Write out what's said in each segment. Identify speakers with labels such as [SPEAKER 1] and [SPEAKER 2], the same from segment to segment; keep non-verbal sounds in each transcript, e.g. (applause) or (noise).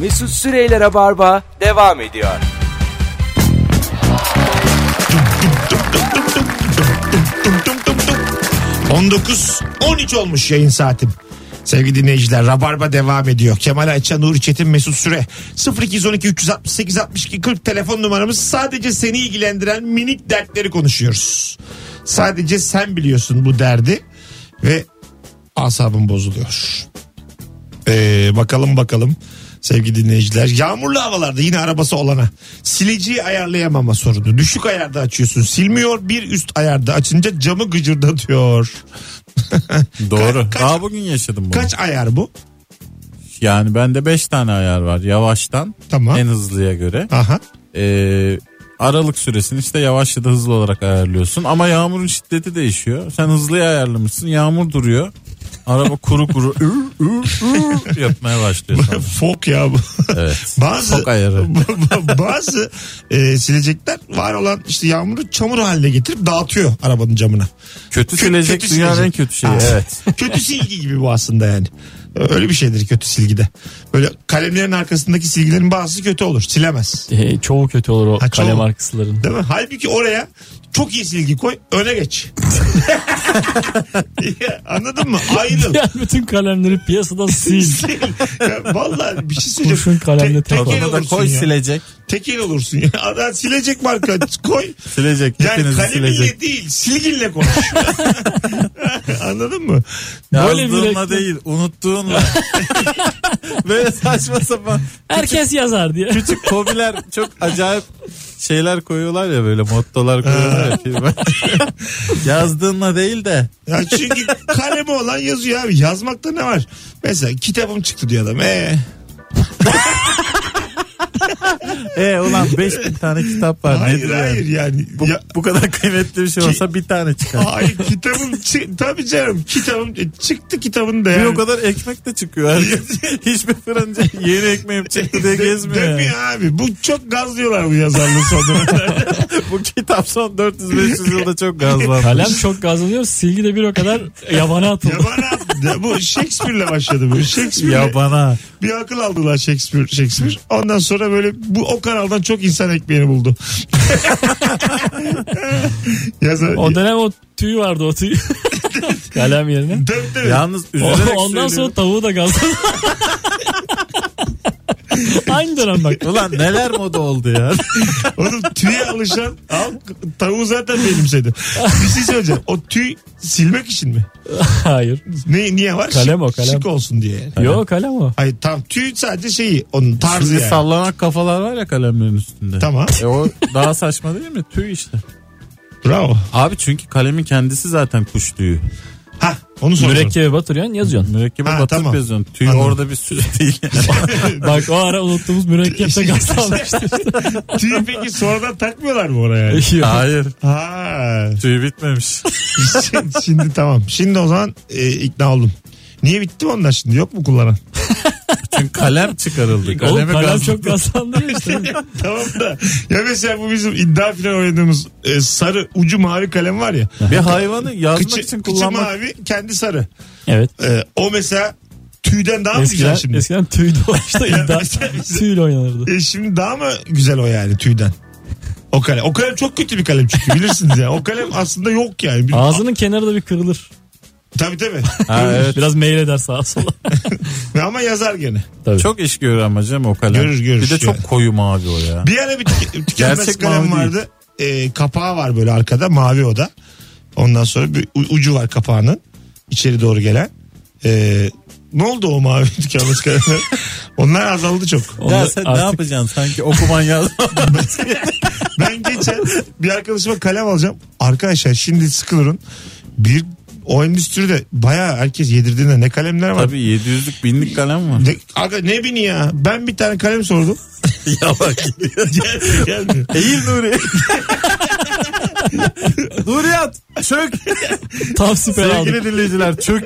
[SPEAKER 1] Mesut Süreyler'e barba devam ediyor.
[SPEAKER 2] Tum tum tum tum. 19 13 olmuş yayın saatim. Sevgili dinleyiciler Rabarba devam ediyor. Kemal Ayça, Nuri Çetin, Mesut Süre 0212 368 62 40 telefon numaramız. Sadece seni ilgilendiren minik dertleri konuşuyoruz. Sadece sen biliyorsun bu derdi ve asabım bozuluyor. Ee, bakalım bakalım sevgili dinleyiciler. Yağmurlu havalarda yine arabası olana sileciyi ayarlayamama sorunu. Düşük ayarda açıyorsun silmiyor bir üst ayarda açınca camı gıcırdatıyor.
[SPEAKER 3] Doğru.
[SPEAKER 2] Kaç-
[SPEAKER 3] Daha bugün yaşadım bunu.
[SPEAKER 2] Kaç ayar bu?
[SPEAKER 3] Yani bende 5 tane ayar var. Yavaştan
[SPEAKER 2] Tamam.
[SPEAKER 3] en hızlıya göre.
[SPEAKER 2] Aha. (laughs)
[SPEAKER 3] Ee, aralık süresini işte yavaş ya da hızlı olarak ayarlıyorsun. Ama yağmurun şiddeti değişiyor. Sen hızlıya ayarlamışsın. Yağmur duruyor. Araba kuru kuru ür, ür, ür yapmaya başlıyor
[SPEAKER 2] (laughs)
[SPEAKER 3] sana.
[SPEAKER 2] Fok ya bu.
[SPEAKER 3] Evet.
[SPEAKER 2] (laughs) Bazı
[SPEAKER 3] Fok ayarı.
[SPEAKER 2] bazı e, silecekler var olan işte yağmuru çamur haline getirip dağıtıyor arabanın camına.
[SPEAKER 3] Kötü
[SPEAKER 2] Kö-
[SPEAKER 3] silecek
[SPEAKER 2] kötü
[SPEAKER 3] dünyanın
[SPEAKER 2] silecek. Ah.
[SPEAKER 3] en kötü şeyi.
[SPEAKER 2] Ha.
[SPEAKER 3] Evet.
[SPEAKER 2] kötü silgi gibi bu aslında yani. Öyle bir şeydir kötü silgide. Böyle kalemlerin arkasındaki silgilerin bazısı kötü olur. Silemez.
[SPEAKER 4] E, çoğu kötü olur o
[SPEAKER 2] Ha, çoğu.
[SPEAKER 4] kalem arkasıların.
[SPEAKER 2] Değil mi? Halbuki oraya çok iyi silgi koy öne
[SPEAKER 4] (laughs)
[SPEAKER 2] geç. Ya, Anladın mı? Ayrıl.
[SPEAKER 4] Yani bütün kalemleri piyasadan sil.
[SPEAKER 2] Sil. Ya, Vallahi bir şey söyleyeceğim.
[SPEAKER 4] Kurşun kalemle
[SPEAKER 2] Te-
[SPEAKER 4] tek
[SPEAKER 2] tekel
[SPEAKER 3] Ona da
[SPEAKER 2] olursun
[SPEAKER 3] koy
[SPEAKER 2] ya.
[SPEAKER 3] silecek.
[SPEAKER 2] Tekel olursun ya. (laughs) Adam silecek marka
[SPEAKER 3] (laughs)
[SPEAKER 2] koy.
[SPEAKER 3] Silecek.
[SPEAKER 2] Yani
[SPEAKER 3] hepinizi
[SPEAKER 2] kalemiyle
[SPEAKER 3] silecek.
[SPEAKER 2] değil silginle
[SPEAKER 3] (laughs)
[SPEAKER 2] konuş. (laughs) Anladın mı?
[SPEAKER 4] Böyle
[SPEAKER 3] Yazdığınla
[SPEAKER 4] bir
[SPEAKER 3] değil
[SPEAKER 2] (laughs)
[SPEAKER 3] unuttuğunla. Böyle saçma sapan
[SPEAKER 4] Herkes yazar diye.
[SPEAKER 3] küçük kobiler çok acayip şeyler koyuyorlar ya böyle mottolar koyuyorlar ya filme. (laughs) Yazdığınla değil de
[SPEAKER 2] Ya çünkü kalemi olan yazıyor abi. Yazmakta ne var? Mesela kitabım çıktı diyor adam. Ee,
[SPEAKER 3] e ulan 5000 tane kitap var.
[SPEAKER 2] hayır
[SPEAKER 3] nedir
[SPEAKER 2] hayır
[SPEAKER 3] yani?
[SPEAKER 2] yani.
[SPEAKER 3] Bu,
[SPEAKER 2] Ya-
[SPEAKER 3] bu kadar kıymetli bir şey olsa bir tane çıkar.
[SPEAKER 2] hayır kitabım çı- tabii canım kitabım e, çıktı kitabın da
[SPEAKER 3] Bir o
[SPEAKER 2] yani.
[SPEAKER 3] kadar ekmek de çıkıyor. Herkes, hiçbir fırıncı yeni ekmeğim çıktı diye
[SPEAKER 2] De-
[SPEAKER 3] gezmiyor. yani.
[SPEAKER 2] demiyor abi. Bu çok gazlıyorlar bu yazarlığı sonunda.
[SPEAKER 3] Bu kitap son 400-500 yılda çok gazlanmış.
[SPEAKER 4] Kalem çok gazlanıyor. Silgi de bir o kadar yabana atıldı.
[SPEAKER 2] Yabana ya bu Shakespeare'le başladı bu. Shakespeare'le
[SPEAKER 3] Ya bana.
[SPEAKER 2] bir akıl aldılar Shakespeare, Shakespeare. Ondan sonra böyle bu o kanaldan çok insan ekmeğini buldu. (laughs) Yazar.
[SPEAKER 4] O dönem o tüy vardı o tüy. (laughs) Kalem yerine.
[SPEAKER 2] Tabii, tabii.
[SPEAKER 3] Yalnız
[SPEAKER 4] O-
[SPEAKER 3] üzülerek
[SPEAKER 4] Ondan sonra
[SPEAKER 3] söylüyorum.
[SPEAKER 4] tavuğu da gazladı. (laughs) Aynı dönem bak.
[SPEAKER 3] Ulan neler moda oldu ya.
[SPEAKER 2] Oğlum tüye alışan al, tavuğu zaten benimsedi. Bir şey söyleyeceğim. O tüy silmek için mi?
[SPEAKER 4] Hayır.
[SPEAKER 2] Ne, niye var?
[SPEAKER 4] Kalem
[SPEAKER 2] Şık-
[SPEAKER 4] o, kalem.
[SPEAKER 2] Şık olsun diye. yani.
[SPEAKER 4] Yok kalem o.
[SPEAKER 2] Ay tam tüy sadece şeyi onun tarzı
[SPEAKER 3] Şimdi
[SPEAKER 2] yani.
[SPEAKER 3] sallanan kafalar var ya kalemlerin üstünde.
[SPEAKER 2] Tamam.
[SPEAKER 3] E o daha saçma değil mi? Tüy işte.
[SPEAKER 2] Bravo.
[SPEAKER 3] Abi çünkü kalemin kendisi zaten kuş tüyü.
[SPEAKER 2] Ha onu soruyorum.
[SPEAKER 4] Mürekkebe batırıyorsun yazıyorsun.
[SPEAKER 3] Mürekkebe
[SPEAKER 2] Ha,
[SPEAKER 3] batıp
[SPEAKER 2] tamam.
[SPEAKER 3] yazıyorsun. Tüy
[SPEAKER 2] Anladım.
[SPEAKER 3] orada bir süs (laughs) değil. yani.
[SPEAKER 4] (laughs) Bak o ara unuttuğumuz mürekkepte gazlanmıştı.
[SPEAKER 2] Tüyü peki sonradan takmıyorlar mı oraya? yani?
[SPEAKER 3] Hayır.
[SPEAKER 2] Ha. (laughs)
[SPEAKER 3] Tüy bitmemiş.
[SPEAKER 2] Şimdi, şimdi tamam. Şimdi o zaman e, ikna oldum. Niye bitti mi onlar şimdi? Yok mu (laughs) kullanan?
[SPEAKER 3] Çünkü kalem çıkarıldı.
[SPEAKER 4] Oğlum
[SPEAKER 3] Kaleme
[SPEAKER 4] kalem
[SPEAKER 3] gaz-
[SPEAKER 4] çok gazlandırıyor işte.
[SPEAKER 2] tamam da. Ya mesela bu bizim iddia filan oynadığımız e, sarı ucu mavi kalem var ya.
[SPEAKER 3] Bir hayvanı yazmak
[SPEAKER 2] Kıçı, kıçı
[SPEAKER 3] için kullanmak.
[SPEAKER 2] mavi kendi sarı.
[SPEAKER 4] (laughs) Evet.
[SPEAKER 2] E, o mesela tüyden daha mı güzel
[SPEAKER 4] Eskiden,
[SPEAKER 2] şimdi?
[SPEAKER 4] eskiden tüydü o işte iddia. Tüyle oynanırdı.
[SPEAKER 2] E, şimdi daha mı güzel o yani tüyden? O kalem. O kalem çok kötü bir kalem çünkü bilirsiniz ya. O kalem aslında yok yani. Bir-
[SPEAKER 4] Ağzının kenarı da bir kırılır.
[SPEAKER 2] Tabii tabii.
[SPEAKER 4] (laughs)
[SPEAKER 3] Ha, evet.
[SPEAKER 4] Biraz meyleder
[SPEAKER 3] (laughs)
[SPEAKER 4] sağa sola.
[SPEAKER 2] Ve Ama yazar gene.
[SPEAKER 4] Tabii.
[SPEAKER 3] Çok iş görür ama canım o kalem.
[SPEAKER 2] Görür, görür.
[SPEAKER 3] Bir de çok
[SPEAKER 2] Yani.
[SPEAKER 3] koyu mavi o ya.
[SPEAKER 2] Bir ara bir
[SPEAKER 3] (laughs)
[SPEAKER 2] tüke- tükenmez
[SPEAKER 3] Gerçek
[SPEAKER 2] kalem
[SPEAKER 3] mavi değil.
[SPEAKER 2] vardı. E, kapağı var böyle arkada mavi o da. Ondan sonra bir u- ucu var kapağının. içeri doğru gelen. E, ne oldu o mavi (laughs) tükenmez kalemler? Onlar azaldı çok.
[SPEAKER 3] Ya
[SPEAKER 4] Onlar
[SPEAKER 3] sen ne
[SPEAKER 4] artık-
[SPEAKER 3] yapacaksın sanki (laughs) okuman yazman.
[SPEAKER 2] Ben geçen bir arkadaşıma kalem alacağım. Arkadaşlar şimdi sıkılırın. Bir o endüstride bayağı herkes yedirdiğinde ne kalemler var.
[SPEAKER 3] Tabii 700'lük binlik kalem var.
[SPEAKER 2] Ne, aga ne bini ya? Ben bir tane kalem sordum.
[SPEAKER 3] (laughs) ya bak.
[SPEAKER 2] (laughs) Gelmiyor, gelmiyor.
[SPEAKER 3] Eğil (laughs) Nuri. Nuriyat çök.
[SPEAKER 4] Tam süper aldık.
[SPEAKER 3] Sevgili
[SPEAKER 2] (laughs)
[SPEAKER 3] dinleyiciler çök.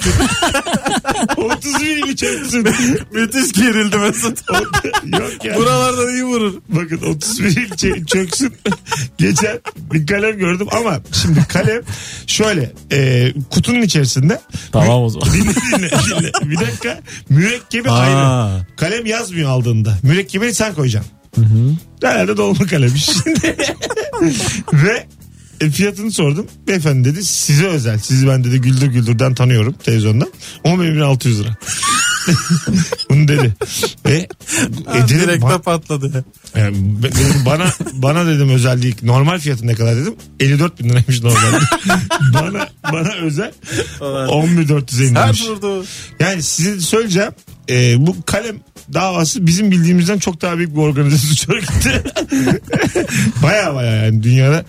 [SPEAKER 2] 30 bin içer misin?
[SPEAKER 3] Müthiş gerildi Mesut.
[SPEAKER 2] (laughs) Yok ya.
[SPEAKER 3] Buralardan iyi vurur.
[SPEAKER 2] Bakın 31 ilçe çöksün. Geçen bir kalem gördüm ama şimdi kalem şöyle e, kutunun içerisinde (laughs)
[SPEAKER 4] Tamam o zaman.
[SPEAKER 2] dinle, dinle, dinle. bir dakika mürekkebi
[SPEAKER 3] Aa.
[SPEAKER 2] ayrı. Kalem yazmıyor aldığında. Mürekkebini sen koyacaksın. Herhalde dolma kalem (laughs) şimdi. Ve e, fiyatını sordum. Beyefendi dedi size özel. Sizi ben dedi Güldür Güldür'den tanıyorum televizyondan. 11.600 lira. (laughs) Bunu dedi. E, e dedim,
[SPEAKER 3] Direkt
[SPEAKER 2] "Bak-
[SPEAKER 3] de patladı.
[SPEAKER 2] yani be- benim bana bana dedim özel değil. Normal fiyatı ne kadar dedim? 54 bin liraymış normal. (laughs) bana bana özel 10450
[SPEAKER 3] Her
[SPEAKER 2] liraymış.
[SPEAKER 3] vurdu.
[SPEAKER 2] Yani size söyleyeceğim. e, bu kalem davası bizim bildiğimizden çok daha büyük bir organize (laughs) suça gitti. baya baya yani dünyada.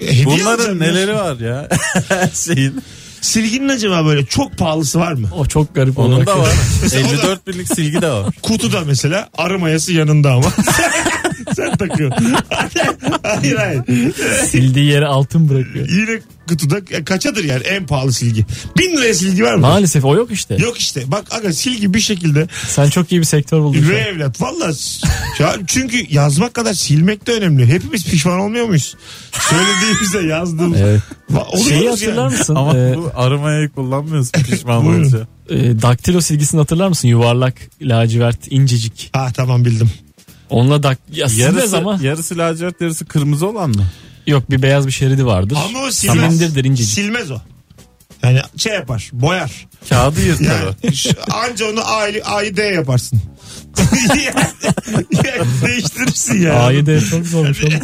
[SPEAKER 2] E, hediye
[SPEAKER 3] Bunların
[SPEAKER 2] alacağım
[SPEAKER 3] neleri
[SPEAKER 2] ya.
[SPEAKER 3] var ya? (laughs) Her şeyin.
[SPEAKER 2] Silginin acaba böyle çok pahalısı var mı?
[SPEAKER 4] O çok garip
[SPEAKER 3] Onun
[SPEAKER 4] olarak.
[SPEAKER 3] da var.
[SPEAKER 2] (laughs)
[SPEAKER 4] (laughs)
[SPEAKER 3] 54 binlik silgi de var.
[SPEAKER 2] Kutuda mesela arı mayası yanında ama. (laughs) Sen takıyorsun. (laughs) hayır hayır.
[SPEAKER 4] Sildiği yere altın bırakıyor.
[SPEAKER 2] Yine kutuda e, kaçadır yani en pahalı silgi. Bin liraya silgi var mı?
[SPEAKER 4] Maalesef o yok işte.
[SPEAKER 2] Yok işte bak aga silgi bir şekilde
[SPEAKER 4] Sen çok iyi bir sektör buldun. şu
[SPEAKER 2] ve
[SPEAKER 4] an.
[SPEAKER 2] evlat valla çünkü yazmak kadar silmek de önemli. Hepimiz pişman olmuyor muyuz?
[SPEAKER 4] (laughs)
[SPEAKER 2] Söylediğimizde yazdığımız.
[SPEAKER 4] Evet.
[SPEAKER 2] Va- oluyoruz
[SPEAKER 4] Şeyi
[SPEAKER 2] yani.
[SPEAKER 4] hatırlar mısın?
[SPEAKER 3] Ama
[SPEAKER 2] e-
[SPEAKER 4] Ee,
[SPEAKER 3] bu aramayı kullanmıyoruz pişman
[SPEAKER 2] Buyurun.
[SPEAKER 3] olunca.
[SPEAKER 4] e, daktilo silgisini hatırlar mısın? Yuvarlak, lacivert, incecik.
[SPEAKER 2] Ha tamam bildim.
[SPEAKER 4] Onunla dak ya silmez
[SPEAKER 3] Yarısı,
[SPEAKER 4] ama.
[SPEAKER 3] yarısı lacivert yarısı kırmızı olan mı?
[SPEAKER 4] Yok bir beyaz bir şeridi vardır.
[SPEAKER 2] Ama o silmez.
[SPEAKER 4] Silindirdir incecik.
[SPEAKER 2] Silmez o. Yani şey yapar boyar.
[SPEAKER 3] Kağıdı yırtar o.
[SPEAKER 2] Yani şu- anca onu A'yı A'yı D yaparsın. (laughs) yani, değiştirirsin yani.
[SPEAKER 4] A'yı da
[SPEAKER 3] (laughs)
[SPEAKER 4] çok zormuş oğlum.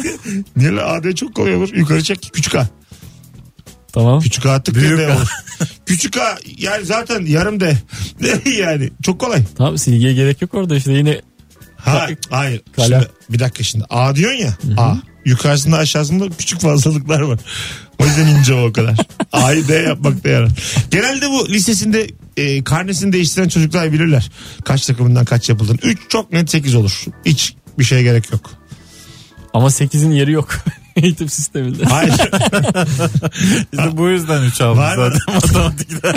[SPEAKER 2] Niye lan? AD çok kolay olur. Yukarı çek. Küçük A.
[SPEAKER 4] Tamam.
[SPEAKER 2] Küçük A tık
[SPEAKER 3] Büyük
[SPEAKER 2] diye
[SPEAKER 3] A.
[SPEAKER 2] olur. Küçük A yani zaten yarım de. (laughs) yani çok kolay.
[SPEAKER 4] Tamam silgiye gerek yok orada işte yine
[SPEAKER 2] Ha, hayır.
[SPEAKER 4] Kalem.
[SPEAKER 2] Şimdi, bir dakika şimdi. A diyorsun ya. A. Yukarısında aşağısında küçük fazlalıklar var. O yüzden ince o kadar. A'yı D yapmakta yarar. Genelde bu lisesinde e, karnesini değiştiren çocuklar bilirler. Kaç takımından kaç yapıldın. 3 çok net 8 olur. Hiç bir şeye gerek yok.
[SPEAKER 4] ama 8'in yeri yok (laughs) eğitim sisteminde.
[SPEAKER 2] Hayır.
[SPEAKER 3] İşte bu yüzden 3 aldı
[SPEAKER 2] Var mı?
[SPEAKER 3] zaten matematikten.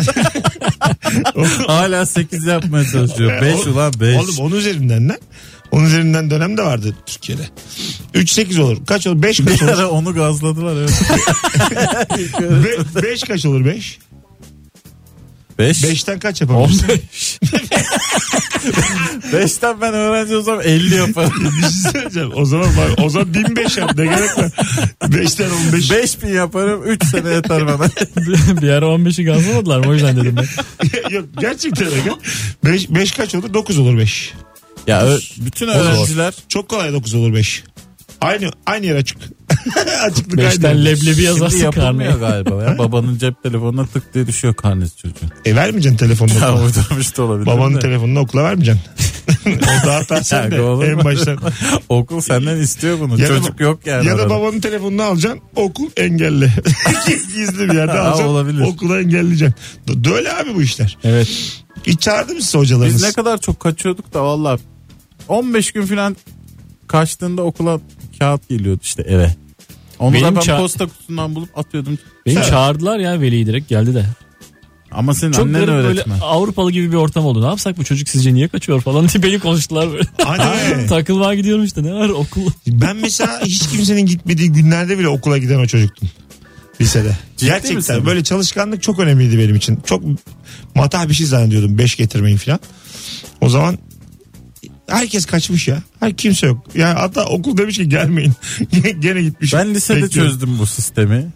[SPEAKER 3] Hala 8 yapmaya
[SPEAKER 2] (laughs)
[SPEAKER 3] çalışıyor. 5
[SPEAKER 2] Oğlum-
[SPEAKER 3] ulan 5.
[SPEAKER 2] Oğlum onun üzerinden ne? Onun üzerinden dönem de vardı Türkiye'de. 3-8 olur. Kaç olur? 5 kaç
[SPEAKER 3] Bir
[SPEAKER 2] olur?
[SPEAKER 3] (laughs) ara onu gazladılar evet.
[SPEAKER 2] 5 kaç olur 5?
[SPEAKER 3] 5.
[SPEAKER 2] 5'ten kaç yapabilirsin?
[SPEAKER 3] 5'ten ben öğrenci olsam
[SPEAKER 2] (laughs)
[SPEAKER 3] 50 yaparım.
[SPEAKER 2] bir şey söyleyeceğim. O zaman bak o zaman 1005 yap. Ne gerek var? 5'ten 15.
[SPEAKER 3] 5000 yaparım 3 sene yeter bana.
[SPEAKER 4] bir ara 15'i gazlamadılar mı o yüzden dedim
[SPEAKER 2] (laughs)
[SPEAKER 4] ben.
[SPEAKER 2] Yok gerçekten öyle. 5, 5 kaç olur? 9 olur 5.
[SPEAKER 3] ya ö- bütün öğrenciler
[SPEAKER 2] Çok kolay 9 olur 5. Aynı aynı yer (laughs) açık. Açıklık aynı.
[SPEAKER 4] 5'ten
[SPEAKER 2] yer.
[SPEAKER 4] leblebi
[SPEAKER 3] şimdi
[SPEAKER 4] yazarsın
[SPEAKER 3] yapılmıyor
[SPEAKER 4] karneye.
[SPEAKER 3] galiba. Ya. Babanın cep telefonuna tık diye düşüyor karnesi çocuğun.
[SPEAKER 2] E vermeyeceksin telefonunu.
[SPEAKER 3] Ya
[SPEAKER 2] okula.
[SPEAKER 3] uydurmuş da olabilir.
[SPEAKER 2] Babanın
[SPEAKER 3] de.
[SPEAKER 2] telefonunu okula
[SPEAKER 3] (laughs)
[SPEAKER 2] vermeyeceksin. o daha hata sende.
[SPEAKER 3] Ya, olur mu?
[SPEAKER 2] En
[SPEAKER 3] (laughs)
[SPEAKER 2] baştan.
[SPEAKER 3] (laughs) Okul senden istiyor bunu.
[SPEAKER 2] Ya da-
[SPEAKER 3] Çocuk yok yani.
[SPEAKER 2] Ya da
[SPEAKER 3] arada.
[SPEAKER 2] babanın telefonunu alacaksın okul engelli. (laughs) Gizli bir yerde
[SPEAKER 3] Ha,
[SPEAKER 2] alacaksın
[SPEAKER 3] olabilir.
[SPEAKER 2] okula engelleyeceksin. D- Böyle abi bu işler.
[SPEAKER 4] Evet.
[SPEAKER 2] Hiç çağırdı mı size
[SPEAKER 3] Biz
[SPEAKER 2] hocalarınız?
[SPEAKER 3] ne kadar çok kaçıyorduk da valla 15 gün falan kaçtığında okula kağıt geliyordu işte eve. Onu
[SPEAKER 4] Benim
[SPEAKER 3] da ben
[SPEAKER 4] ça-
[SPEAKER 3] posta kutusundan bulup atıyordum.
[SPEAKER 4] Benim
[SPEAKER 2] Evet.
[SPEAKER 4] çağırdılar ya veliyi direkt geldi de.
[SPEAKER 3] Ama senin
[SPEAKER 4] Çok
[SPEAKER 3] annen
[SPEAKER 4] garip
[SPEAKER 3] öğretmen.
[SPEAKER 4] böyle Avrupalı gibi bir ortam oldu. Ne yapsak bu çocuk sizce niye kaçıyor falan diye beni konuştular böyle.
[SPEAKER 2] Hadi be.
[SPEAKER 4] (laughs) Takılmaya gidiyorum işte ne var okul.
[SPEAKER 2] ben mesela hiç kimsenin gitmediği günlerde bile okula giden o çocuktum. Lisede.
[SPEAKER 3] Ciddi
[SPEAKER 2] Gerçekten
[SPEAKER 3] misin?
[SPEAKER 2] böyle çalışkanlık çok önemliydi benim için. Çok matah bir şey zannediyordum 5 getirmeyi falan. O zaman herkes kaçmış ya. Her kimse yok. Yani hatta okul demiş ki gelmeyin. (laughs) Gene gitmiş.
[SPEAKER 3] Ben lisede
[SPEAKER 2] Bekliyorum.
[SPEAKER 3] çözdüm bu sistemi.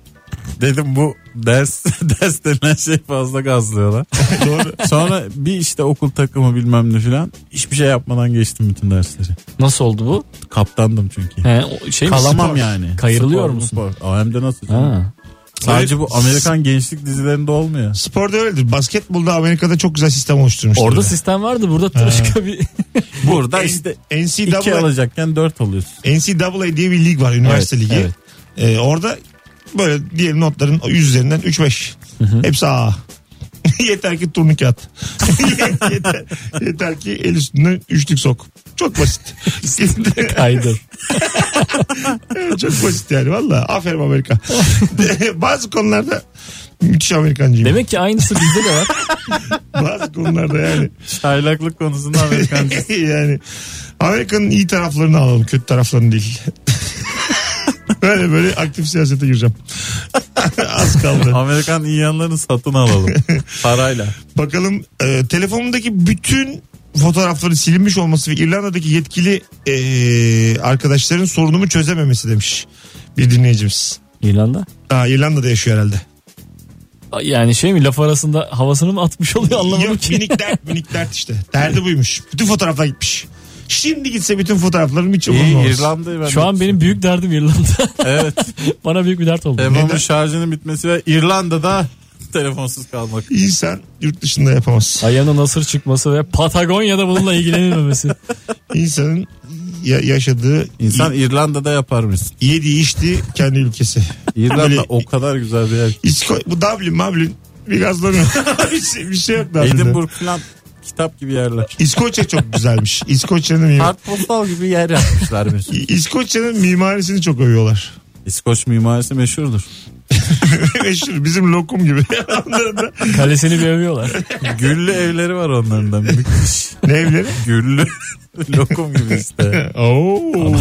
[SPEAKER 3] Dedim bu ders (laughs) ders denen şey fazla gazlıyorlar.
[SPEAKER 2] Doğru.
[SPEAKER 3] Sonra bir işte okul takımı bilmem ne filan. Hiçbir şey yapmadan geçtim bütün dersleri.
[SPEAKER 4] Nasıl oldu bu?
[SPEAKER 3] Kaptandım çünkü.
[SPEAKER 4] He, o şey mi?
[SPEAKER 3] Kalamam
[SPEAKER 4] Spor.
[SPEAKER 3] yani.
[SPEAKER 4] Kayrılıyor
[SPEAKER 3] Spor,
[SPEAKER 4] musun?
[SPEAKER 3] spor. Aa, Hem de nasıl? canım?
[SPEAKER 4] Ha.
[SPEAKER 3] Sadece bu Amerikan gençlik
[SPEAKER 2] (laughs)
[SPEAKER 3] dizilerinde olmuyor.
[SPEAKER 2] Sporda öyledir. Basketbolda Amerika'da çok güzel sistem oluşturmuşlar.
[SPEAKER 4] Orada
[SPEAKER 2] Yani.
[SPEAKER 4] sistem vardı burada başka bir
[SPEAKER 3] Burada
[SPEAKER 2] En-
[SPEAKER 3] işte iki
[SPEAKER 2] NCAA,
[SPEAKER 3] alacakken dört alıyorsun.
[SPEAKER 2] NCAA diye bir lig var. Üniversite
[SPEAKER 4] Evet,
[SPEAKER 2] ligi.
[SPEAKER 4] evet.
[SPEAKER 2] Ee, orada böyle diyelim notların 100 üzerinden 3-5. Hepsi A. (laughs) yeter ki turnike at. yeter, yeter ki el üstünden üçlük sok. Çok basit. (laughs)
[SPEAKER 4] Kaydır.
[SPEAKER 2] Çok basit yani valla. Aferin Amerika.
[SPEAKER 4] (laughs)
[SPEAKER 2] (laughs) Bazı konularda müthiş Amerikancıyım.
[SPEAKER 4] Demek ki aynısı bizde de var.
[SPEAKER 2] Bazı konularda yani.
[SPEAKER 3] Çaylaklık
[SPEAKER 2] (laughs)
[SPEAKER 3] konusunda Amerikancı.
[SPEAKER 2] yani Amerika'nın iyi taraflarını alalım. Kötü taraflarını
[SPEAKER 4] (laughs)
[SPEAKER 2] değil. böyle böyle aktif siyasete gireceğim. (laughs) Az kaldı.
[SPEAKER 3] Amerikan iyi yanlarını satın alalım. Parayla.
[SPEAKER 2] Bakalım e, telefonumdaki bütün fotoğrafların silinmiş olması ve İrlanda'daki yetkili e, arkadaşların sorunumu çözememesi demiş bir dinleyicimiz.
[SPEAKER 4] İrlanda.
[SPEAKER 2] Aa, İrlanda'da yaşıyor herhalde.
[SPEAKER 4] Yani şey mi laf arasında havasını mı atmış oluyor anlamadım
[SPEAKER 2] Yok,
[SPEAKER 4] ki.
[SPEAKER 2] minik dert minik dert işte. Derdi buymuş. Bütün fotoğraflar gitmiş. Şimdi gitse bütün fotoğraflarım hiç
[SPEAKER 3] İyi
[SPEAKER 2] olmaz.
[SPEAKER 3] İrlanda'yı ben
[SPEAKER 4] Şu an benim büyük derdim İrlanda. (laughs)
[SPEAKER 3] Evet.
[SPEAKER 4] Bana büyük bir dert oldu.
[SPEAKER 3] Telefonun
[SPEAKER 2] Neden?
[SPEAKER 3] şarjının bitmesi ve İrlanda'da (laughs) telefonsuz kalmak.
[SPEAKER 2] İnsan yurt dışında yapamaz.
[SPEAKER 4] Ayağına nasır çıkması ve Patagonya'da bununla (laughs) ilgilenilmemesi.
[SPEAKER 2] İnsanın ya- yaşadığı,
[SPEAKER 3] İnsan İrlanda'da yaparmış.
[SPEAKER 2] y- yediği içtiği kendi ülkesi. (laughs) Böyle-
[SPEAKER 3] İrlanda o kadar güzel bir yer.
[SPEAKER 2] İsko- bu Dublin, Mablin bir gazlanıyor. (laughs) bir, şey, bir şey yok da.
[SPEAKER 3] Edinburgh falan kitap gibi yerler.
[SPEAKER 2] İskoçya çok güzelmiş. İskoçya'nın mimar-
[SPEAKER 3] Kartpostal gibi yer yapmışlar Mesut.
[SPEAKER 2] İ- İskoçya'nın mimarisini çok övüyorlar.
[SPEAKER 3] (laughs)
[SPEAKER 2] (laughs)
[SPEAKER 3] İskoç mimarisi meşhurdur.
[SPEAKER 2] Meşhur bizim lokum gibi. (laughs) Onların da
[SPEAKER 4] Kalesini bir övüyorlar.
[SPEAKER 3] Güllü evleri var onların da. minik.
[SPEAKER 2] ne evleri? (laughs)
[SPEAKER 3] Güllü. (laughs) Lokum gibi işte.
[SPEAKER 2] Oo. Oo.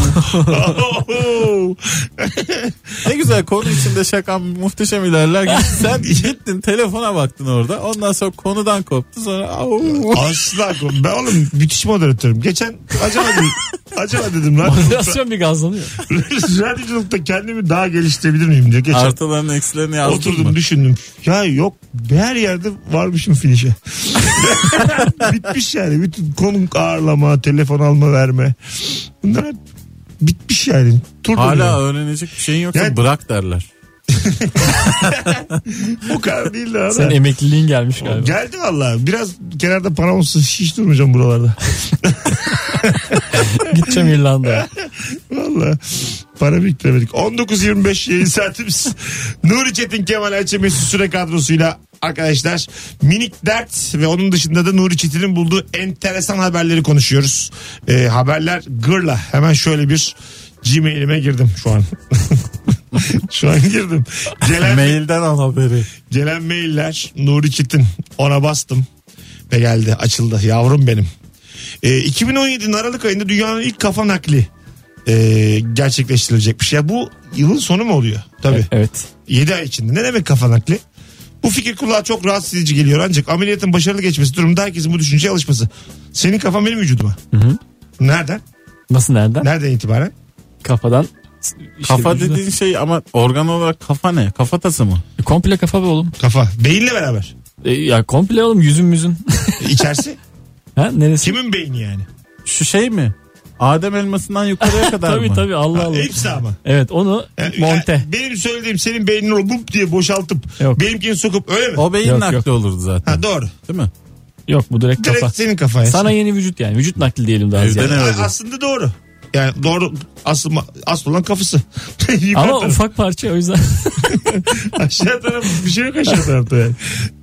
[SPEAKER 3] Ne güzel konu içinde şakam muhteşem ilerler. (laughs) Sen gittin telefona baktın orada. Ondan sonra konudan koptu. Sonra au.
[SPEAKER 2] (laughs) Asla. Ben oğlum müthiş moderatörüm. Geçen acaba dedim,
[SPEAKER 3] (laughs)
[SPEAKER 2] acaba dedim lan.
[SPEAKER 4] Moderasyon bir gazlanıyor.
[SPEAKER 2] (laughs) Radyoculukta kendimi daha geliştirebilir miyim diye. Geçen
[SPEAKER 3] Artılarını eksilerini yazdın
[SPEAKER 2] oturdum
[SPEAKER 3] mı?
[SPEAKER 2] düşündüm. Ya yok her yerde varmışım finişe. (laughs) bitmiş yani. Bütün konuk ağırlama, telefon alma verme. Bunlar hep bitmiş yani. Tur
[SPEAKER 3] Hala (laughs)
[SPEAKER 2] dönüyor.
[SPEAKER 3] öğrenecek bir şeyin yoksa
[SPEAKER 2] Yani-
[SPEAKER 3] bırak derler.
[SPEAKER 2] O kadar değil de.
[SPEAKER 4] Sen emekliliğin gelmiş galiba.
[SPEAKER 2] Geldi valla. Biraz kenarda para olsun. Hiç durmayacağım buralarda.
[SPEAKER 4] Gideceğim İrlanda'ya.
[SPEAKER 2] Valla. Para biriktiremedik. 19.25 yayın saatimiz. Nuri Çetin, Kemal Ayça, Mesut Süre kadrosuyla arkadaşlar minik dert ve onun dışında da Nuri Çetin'in bulduğu enteresan haberleri konuşuyoruz. Ee, haberler gırla. Hemen şöyle bir Gmail'ime girdim şu an. (laughs) şu an girdim. Gelen,
[SPEAKER 3] Mailden al haberi.
[SPEAKER 2] gelen mailler Nuri Çetin. Ona bastım ve geldi açıldı. Yavrum benim. Ee, 2017'nin Aralık ayında dünyanın ilk kafa nakli ee, gerçekleştirilecekmiş. Ya bu yılın sonu mu oluyor? Tabii.
[SPEAKER 4] (laughs) Evet.
[SPEAKER 2] 7 ay içinde. Ne demek kafa nakli? Bu fikir kulağa çok rahatsız edici geliyor ancak ameliyatın başarılı geçmesi durumunda herkesin bu düşünceye alışması. Senin kafan benim vücuduma. Nereden?
[SPEAKER 4] Nasıl nereden?
[SPEAKER 2] Nereden itibaren?
[SPEAKER 4] Kafadan.
[SPEAKER 3] Kafa
[SPEAKER 4] İşte
[SPEAKER 3] dediğin şey ama organ olarak kafa ne? Kafatası mı?
[SPEAKER 4] vücuda- E, Komple kafa be oğlum.
[SPEAKER 2] Kafa. Beyinle beraber.
[SPEAKER 4] E, ya komple oğlum yüzün müzün. (laughs)
[SPEAKER 2] İçerisi. (laughs)
[SPEAKER 4] ha neresi?
[SPEAKER 2] Kimin beyni yani?
[SPEAKER 3] Şu şey mi? Adem elmasından (laughs) yukarıya kadar
[SPEAKER 4] Tabii
[SPEAKER 3] mı?
[SPEAKER 4] tabii Allah Allah.
[SPEAKER 2] Hepsi ama.
[SPEAKER 4] Evet onu
[SPEAKER 2] Yani-
[SPEAKER 4] monte.
[SPEAKER 2] yani benim söylediğim senin beynini o bup diye boşaltıp
[SPEAKER 4] Yok.
[SPEAKER 2] benimkini sokup öyle mi?
[SPEAKER 3] O beyin
[SPEAKER 4] Yok,
[SPEAKER 3] nakli
[SPEAKER 4] yok.
[SPEAKER 3] olurdu zaten.
[SPEAKER 2] Ha, doğru.
[SPEAKER 3] Değil mi?
[SPEAKER 4] Yok bu direkt
[SPEAKER 2] Direkt
[SPEAKER 4] kafa.
[SPEAKER 2] senin kafaya.
[SPEAKER 4] Sana yeni vücut yani. Vücut nakli diyelim daha
[SPEAKER 3] Evden
[SPEAKER 4] ziyade.
[SPEAKER 3] ne oldu?
[SPEAKER 2] Aslında doğru. Yani doğru asıl, asıl olan kafası. (laughs) Yukarı
[SPEAKER 4] Ama
[SPEAKER 2] tarafı.
[SPEAKER 4] ufak parça o yüzden. (laughs)
[SPEAKER 2] (laughs) Aşağı taraf bir şey yok aşağı tarafta
[SPEAKER 3] (laughs)
[SPEAKER 2] yani.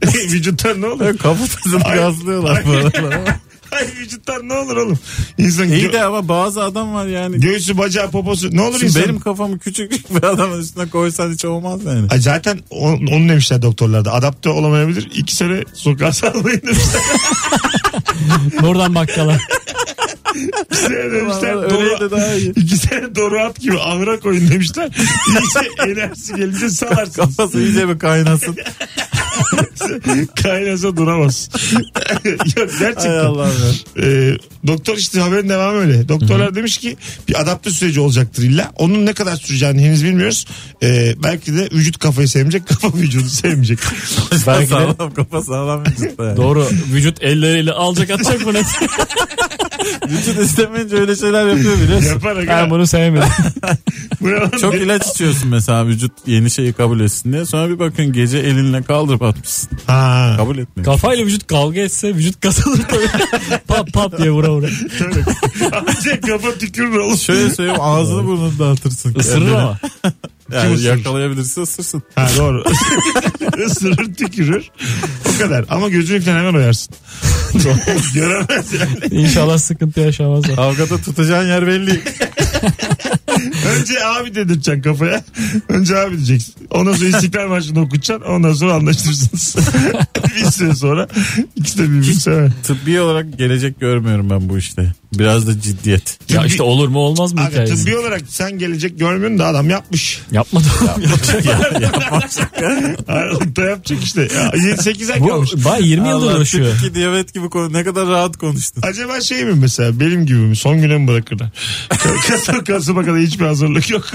[SPEAKER 2] vücuttan ne olur?
[SPEAKER 3] (laughs) Kafatasını
[SPEAKER 2] Ay-
[SPEAKER 3] gazlıyorlar bu
[SPEAKER 2] Ay-
[SPEAKER 3] aralar ama.
[SPEAKER 2] Ay vücuttan ne olur oğlum? İnsan gö-
[SPEAKER 3] (laughs) İyi de ama bazı adam var yani.
[SPEAKER 2] göğsü bacağı poposu ne olur
[SPEAKER 3] Şimdi
[SPEAKER 2] insan?
[SPEAKER 3] benim kafamı küçük bir adamın üstüne koysan hiç olmaz yani.
[SPEAKER 2] Ay Zaten on, onu demişler doktorlarda. Adapte olamayabilir. İki sene sokağa (laughs) sallayın demişler.
[SPEAKER 4] Buradan bakkala.
[SPEAKER 2] İki sene demişler.
[SPEAKER 3] Öyle de
[SPEAKER 2] Doğru,
[SPEAKER 3] daha iyi.
[SPEAKER 2] iki sene doğru at gibi ahıra koyun demişler. İyice enerjisi gelince salarsınız.
[SPEAKER 3] Kafası iyice bir kaynasın.
[SPEAKER 2] Kaynasa duramaz. (laughs) Yok
[SPEAKER 3] (laughs) Ay
[SPEAKER 2] gerçekten.
[SPEAKER 3] Allah'ım ya.
[SPEAKER 2] Ee, doktor işte haberin devamı öyle. Doktorlar demiş ki bir adapte süreci olacaktır illa. Onun ne kadar süreceğini henüz bilmiyoruz. Ee, belki de vücut kafayı sevmeyecek, (laughs) kafa vücudu sevmeyecek.
[SPEAKER 4] Belki de-
[SPEAKER 3] sağlam kafa sağlam (laughs) vücutta yani.
[SPEAKER 4] Doğru. Vücut elleriyle alacak atacak bunu.
[SPEAKER 3] Vücut istemeyince öyle şeyler (laughs) yapıyor biliyorsun.
[SPEAKER 2] Yaparak.
[SPEAKER 4] ben bunu (laughs) sevmedim.
[SPEAKER 2] Buralar-
[SPEAKER 3] Çok ilaç içiyorsun mesela vücut yeni şeyi kabul etsin diye. Sonra bir bakın gece elinle kaldırıp atmışsın.
[SPEAKER 2] Ha,
[SPEAKER 3] Kabul etmiyor.
[SPEAKER 4] Kafayla vücut kavga etse vücut kazanır tabii.
[SPEAKER 2] (laughs)
[SPEAKER 4] pat pat diye vura vura.
[SPEAKER 2] tabii. Amca kafa tükürür oğlum.
[SPEAKER 3] Şöyle söyleyeyim ağzını burnunu dağıtırsın.
[SPEAKER 4] Isırır
[SPEAKER 3] Kendine.
[SPEAKER 4] ama.
[SPEAKER 2] Kim
[SPEAKER 3] Yani
[SPEAKER 2] ısırır?
[SPEAKER 3] yakalayabilirse ısırsın.
[SPEAKER 2] Ha doğru. (laughs) Isırır tükürür. O kadar. Ama gözünü falan hemen oyarsın. Göremez yani.
[SPEAKER 4] İnşallah sıkıntı yaşamazlar.
[SPEAKER 3] Avukata tutacağın yer belli.
[SPEAKER 2] Önce abi dedirteceksin kafaya. (laughs) Önce abi diyeceksin. Ondan sonra İstiklal Marşı'nı okutacaksın. Ondan sonra anlaşırsınız. (laughs) bir süre sonra ikisi de birbirini sever.
[SPEAKER 3] Tıbbi olarak gelecek görmüyorum ben bu işte. Biraz da ciddiyet.
[SPEAKER 4] ya işte olur mu olmaz mı
[SPEAKER 2] Aga
[SPEAKER 4] hikayesi?
[SPEAKER 2] tıbbi olarak sen gelecek görmüyorsun da adam yapmış.
[SPEAKER 4] Yapmadım. (laughs)
[SPEAKER 2] Aralıkta yapacak işte. 7-8 ay
[SPEAKER 4] Bu
[SPEAKER 2] kalmış.
[SPEAKER 4] bay 20 yıldır
[SPEAKER 3] Allah
[SPEAKER 4] uğraşıyor.
[SPEAKER 2] (laughs)
[SPEAKER 3] tipik diyabet gibi konu ne kadar rahat
[SPEAKER 4] (laughs)
[SPEAKER 3] konuştun.
[SPEAKER 2] Acaba şey mi mesela benim gibi mi? Son güne mi bırakırlar? (laughs) Kasım Kasım'a kadar hiçbir hazırlık yok.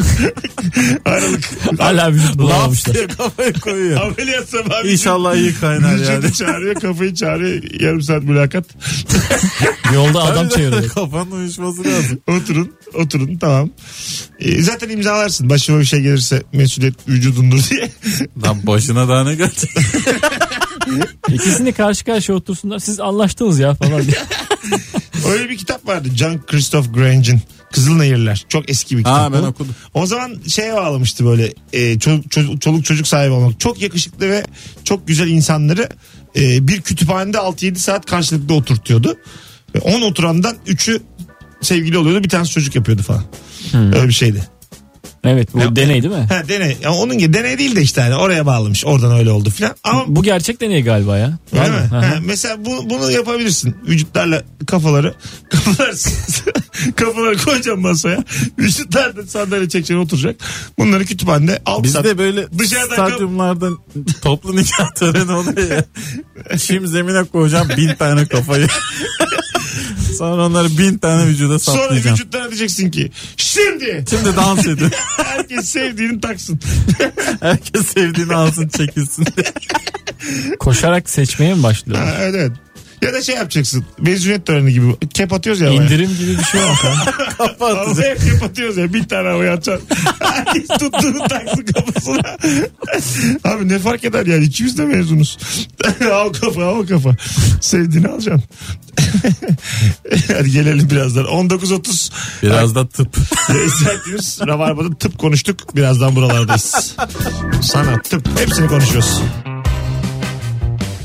[SPEAKER 2] (laughs) Aralık.
[SPEAKER 4] Hala vücut bulamamışlar.
[SPEAKER 3] diye kafayı koyuyor.
[SPEAKER 2] Ameliyat sabahı.
[SPEAKER 3] İnşallah iyi kaynar yani.
[SPEAKER 2] Vücudu çağırıyor kafayı çağırıyor yarım saat mülakat.
[SPEAKER 4] Yolda (laughs) adam
[SPEAKER 3] Harbiden (laughs)
[SPEAKER 2] (laughs)
[SPEAKER 3] de
[SPEAKER 4] çeviriyor.
[SPEAKER 3] Kafanın uyuşması lazım.
[SPEAKER 2] Oturun oturun tamam. Ee, zaten imzalarsın başıma bir şey gelirse mesuliyet vücudundur (laughs) diye.
[SPEAKER 3] Lan başına daha ne geldi?
[SPEAKER 4] İkisini karşı karşıya otursunlar. Siz anlaştınız ya falan
[SPEAKER 2] (laughs)
[SPEAKER 4] diye.
[SPEAKER 2] Öyle bir kitap vardı John Christoph Grange'in Kızılnehirler. Çok eski bir kitap.
[SPEAKER 3] Ha ben
[SPEAKER 2] O-
[SPEAKER 3] okudum.
[SPEAKER 2] O zaman şeye bağlamıştı böyle e, ço- ço- çoluk çocuk sahibi olmak. Çok yakışıklı ve çok güzel insanları e, bir kütüphanede 6-7 saat karşılıklı oturtuyordu. Ve 10 oturandan 3'ü sevgili oluyordu bir tanesi çocuk yapıyordu falan.
[SPEAKER 3] Hmm.
[SPEAKER 2] Öyle bir şeydi.
[SPEAKER 4] Evet bu deney değil mi?
[SPEAKER 2] Ha deney. Ya onun gibi deney değil de işte hani oraya bağlamış. Oradan öyle oldu filan. Ama
[SPEAKER 4] Bu gerçek deney galiba ya. Var
[SPEAKER 2] Değil
[SPEAKER 4] mı?
[SPEAKER 2] mi?
[SPEAKER 4] Aha.
[SPEAKER 2] Ha, mesela bu, bunu yapabilirsin. Vücutlarla kafaları. (laughs) Kafalar, kafaları koyacaksın masaya. Vücutlar da sandalye çekeceksin oturacak. Bunları kütüphanede alt
[SPEAKER 3] Biz
[SPEAKER 2] sat-
[SPEAKER 3] de böyle
[SPEAKER 2] Dışarıdan kap-
[SPEAKER 3] stadyumlardan toplu nikah (laughs) töreni oluyor ya. Şimdi zemine koyacağım bin tane kafayı. (laughs) Sonra onları bin tane vücuda
[SPEAKER 2] Sonra
[SPEAKER 3] saplayacağım.
[SPEAKER 2] vücutlara diyeceksin ki şimdi
[SPEAKER 3] Şimdi
[SPEAKER 2] (laughs)
[SPEAKER 3] dans edin.
[SPEAKER 2] herkes sevdiğini taksın.
[SPEAKER 3] Herkes sevdiğini alsın çekilsin diye.
[SPEAKER 4] Koşarak seçmeye mi başlıyor?
[SPEAKER 2] Ha, evet, evet. Ya da şey yapacaksın. Mezuniyet töreni gibi. Kep atıyoruz ya. havaya.
[SPEAKER 4] İndirim gibi bir şey var.
[SPEAKER 2] (laughs) Havaya kep atıyoruz ya. Bir tane havaya atacaksın. Herkes tuttuğunu taksın kafasına. Abi ne fark eder yani. İkimiz de mezunuz. (laughs) al kafa al kafa. Sevdiğini alacaksın. (laughs) Hadi gelelim birazdan. 19.30
[SPEAKER 3] Biraz da tıp.
[SPEAKER 2] Yükseltiyoruz. Rabarba'da tıp konuştuk. Birazdan buralardayız. Sanat, tıp hepsini konuşuyoruz.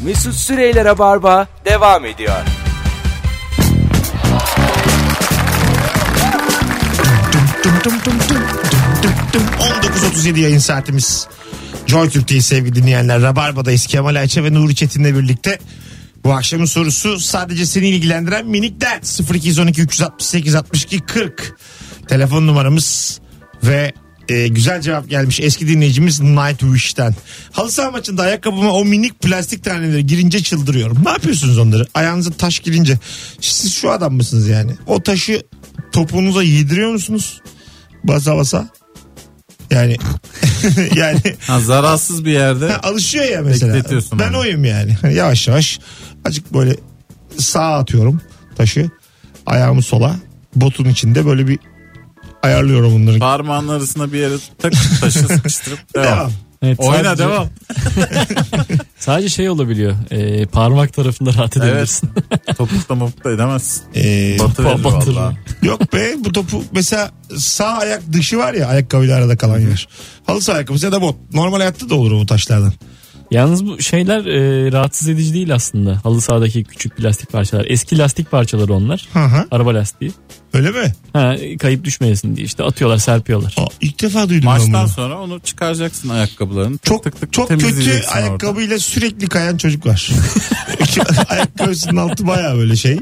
[SPEAKER 1] Mesut Süreyler'e barba devam ediyor.
[SPEAKER 2] Tüm tüm tüm tüm tüm tüm tüm tüm. 19.37 yayın saatimiz. Joy Türk'teyiz sevgili dinleyenler. Rabarba'dayız. Kemal Ayça ve Nuri Çetin'le birlikte. Bu akşamın sorusu sadece seni ilgilendiren minik dert. 0212 368 62 40. Telefon numaramız ve e, güzel cevap gelmiş eski dinleyicimiz Nightwish'ten. Halı saha maçında ayakkabıma o minik plastik taneleri girince çıldırıyorum. Ne yapıyorsunuz onları? Ayağınıza taş girince. Siz şu adam mısınız yani? O taşı topuğunuza yediriyor musunuz? Basa basa. Yani (laughs) yani
[SPEAKER 3] Ha, zararsız bir yerde.
[SPEAKER 2] alışıyor ya mesela.
[SPEAKER 3] Bekletiyorsun
[SPEAKER 2] Ben
[SPEAKER 3] onu.
[SPEAKER 2] oyum yani. Hani yavaş yavaş acık böyle sağa atıyorum taşı. Ayağımı sola. Botun içinde böyle bir ayarlıyorum bunları.
[SPEAKER 3] Parmağının arasına bir yere tak taşı sıkıştırıp devam.
[SPEAKER 2] Devam.
[SPEAKER 4] Evet,
[SPEAKER 3] Oyna
[SPEAKER 4] sadece-
[SPEAKER 3] devam.
[SPEAKER 4] Sadece şey olabiliyor. e, parmak tarafında rahat
[SPEAKER 3] Evet.
[SPEAKER 4] edebilirsin.
[SPEAKER 3] Topukta mopukta edemezsin.
[SPEAKER 2] Ee,
[SPEAKER 3] Batı verir
[SPEAKER 4] Batır.
[SPEAKER 3] valla.
[SPEAKER 2] Yok be bu topu mesela sağ ayak dışı var ya ayakkabıyla arada kalan yer. Halı saha ayakkabısı ya da bot. Normal hayatta da olur o taşlardan.
[SPEAKER 4] Yalnız bu şeyler e, rahatsız edici değil aslında. Halı sahadaki küçük plastik parçalar. Eski lastik parçaları onlar.
[SPEAKER 2] Hı hı.
[SPEAKER 4] Araba lastiği.
[SPEAKER 2] Öyle mi?
[SPEAKER 4] Ha, kayıp düşmeyesin diye işte atıyorlar serpiyorlar.
[SPEAKER 2] Aa, ilk defa duydum ben
[SPEAKER 3] Maçtan
[SPEAKER 2] bunu.
[SPEAKER 3] sonra onu çıkaracaksın ayakkabılarını. Tık
[SPEAKER 2] Çok
[SPEAKER 3] tık tık
[SPEAKER 2] çok kötü
[SPEAKER 3] temizleyeceksin orada.
[SPEAKER 2] ayakkabıyla sürekli kayan çocuk var. (laughs) Ayakkabısının altı baya böyle şey.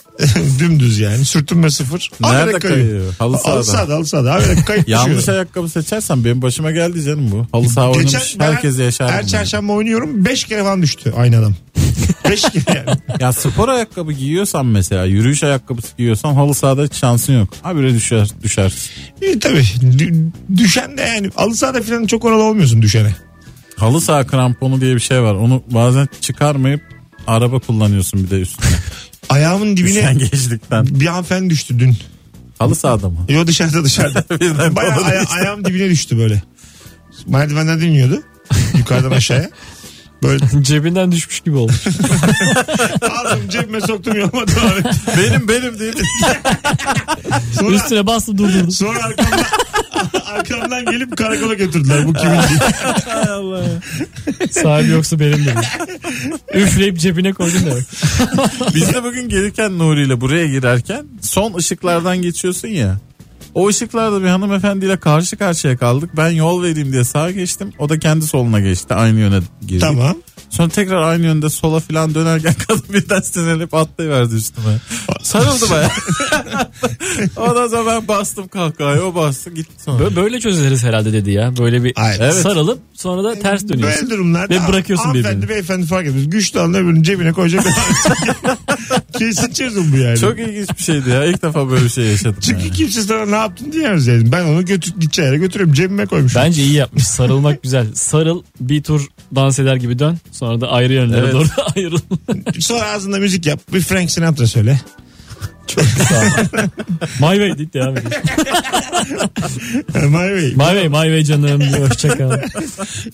[SPEAKER 2] (laughs) Dümdüz yani. Sürtünme sıfır.
[SPEAKER 3] Nerede
[SPEAKER 2] Haberek
[SPEAKER 3] kayıyor? Halı
[SPEAKER 2] Halı
[SPEAKER 3] sahada.
[SPEAKER 2] sahada halı sahada. Haberek kayıp
[SPEAKER 3] (laughs) Yanlış
[SPEAKER 2] düşüyor.
[SPEAKER 3] ayakkabı seçersen benim başıma geldi canım bu. Halı saha oynamış.
[SPEAKER 2] ben
[SPEAKER 3] Herkes yaşar.
[SPEAKER 2] Her
[SPEAKER 3] bunu.
[SPEAKER 2] çarşamba oynuyorum. Beş kere falan düştü aynı adam. (laughs) Beş kere yani.
[SPEAKER 3] Ya spor ayakkabı giyiyorsan mesela yürüyüş ayakkabısı giyiyorsan halı sahada hiç şansın yok. Ha böyle düşer düşer.
[SPEAKER 2] E, tabii. Dü- düşen de yani. Halı sahada falan çok oralı olmuyorsun düşene.
[SPEAKER 3] Halı saha kramponu diye bir şey var. Onu bazen çıkarmayıp araba kullanıyorsun bir de üstüne.
[SPEAKER 2] Ayağımın dibine
[SPEAKER 3] (laughs) Sen geçtikten.
[SPEAKER 2] bir hanımefendi düştü dün.
[SPEAKER 3] Halı sahada mı?
[SPEAKER 2] Yo dışarıda dışarıda.
[SPEAKER 3] (laughs) Birden
[SPEAKER 2] Bayağı
[SPEAKER 3] doğru
[SPEAKER 2] aya-
[SPEAKER 3] geçti.
[SPEAKER 2] ayağım dibine düştü böyle. Merdivenden iniyordu. Yukarıdan aşağıya. Böyle
[SPEAKER 4] (laughs) Cebinden düşmüş
[SPEAKER 2] (laughs)
[SPEAKER 4] gibi olmuş.
[SPEAKER 2] aldım cebime soktum yoluma devam ettim.
[SPEAKER 3] benim benim değil.
[SPEAKER 2] Sonra,
[SPEAKER 4] Üstüne bastı durdurdu.
[SPEAKER 2] sonra arkamdan, Arkamdan gelip karakola götürdüler bu kimin diye.
[SPEAKER 4] Sahibi yoksa benim dedim.
[SPEAKER 2] (laughs)
[SPEAKER 4] Üfleyip cebine koydun demek.
[SPEAKER 3] Biz de bugün gelirken Nuri ile buraya girerken son ışıklardan geçiyorsun ya. O ışıklarda bir hanımefendiyle karşı karşıya kaldık. Ben yol vereyim diye sağa geçtim. O da kendi soluna geçti. Aynı yöne girdik.
[SPEAKER 2] Tamam.
[SPEAKER 3] Sonra tekrar aynı yönde sola falan dönerken (laughs) kadın birden sinirlenip atlayıverdi üstüme. Sarıldı baya. (laughs) Ondan sonra ben bastım kahkahaya o bastı gitti sonra.
[SPEAKER 4] Bö- Böyle çözeriz herhalde dedi ya. Böyle bir
[SPEAKER 2] Hayır.
[SPEAKER 3] Evet.
[SPEAKER 4] sarılıp sonra da ters dönüyorsun.
[SPEAKER 2] Böyle durumlarda
[SPEAKER 4] Ve bırakıyorsun
[SPEAKER 2] hanımefendi
[SPEAKER 4] birbirini.
[SPEAKER 2] beyefendi fark etmez. Güçlü alın öbürünün cebine koyacak. (laughs) Kesin çözüm bu yani.
[SPEAKER 3] Çok ilginç bir şeydi ya. İlk defa böyle bir şey yaşadım.
[SPEAKER 2] Çünkü
[SPEAKER 3] yani.
[SPEAKER 2] kimse sana ne yaptın diyemez yani. Ben onu götür, gideceği yere götürüyorum. Cebime koymuşum.
[SPEAKER 4] Bence iyi yapmış. Sarılmak güzel. Sarıl bir tur dans eder gibi dön. Sonra da ayrı yönlere
[SPEAKER 3] Evet.
[SPEAKER 4] doğru (laughs) ayrıl.
[SPEAKER 2] Sonra ağzında müzik yap. Bir Frank Sinatra söyle. (laughs)
[SPEAKER 4] Çok güzel. my way deyip devam ediyor.
[SPEAKER 2] My way.
[SPEAKER 4] My way my way canım diyor. Hoşçakal.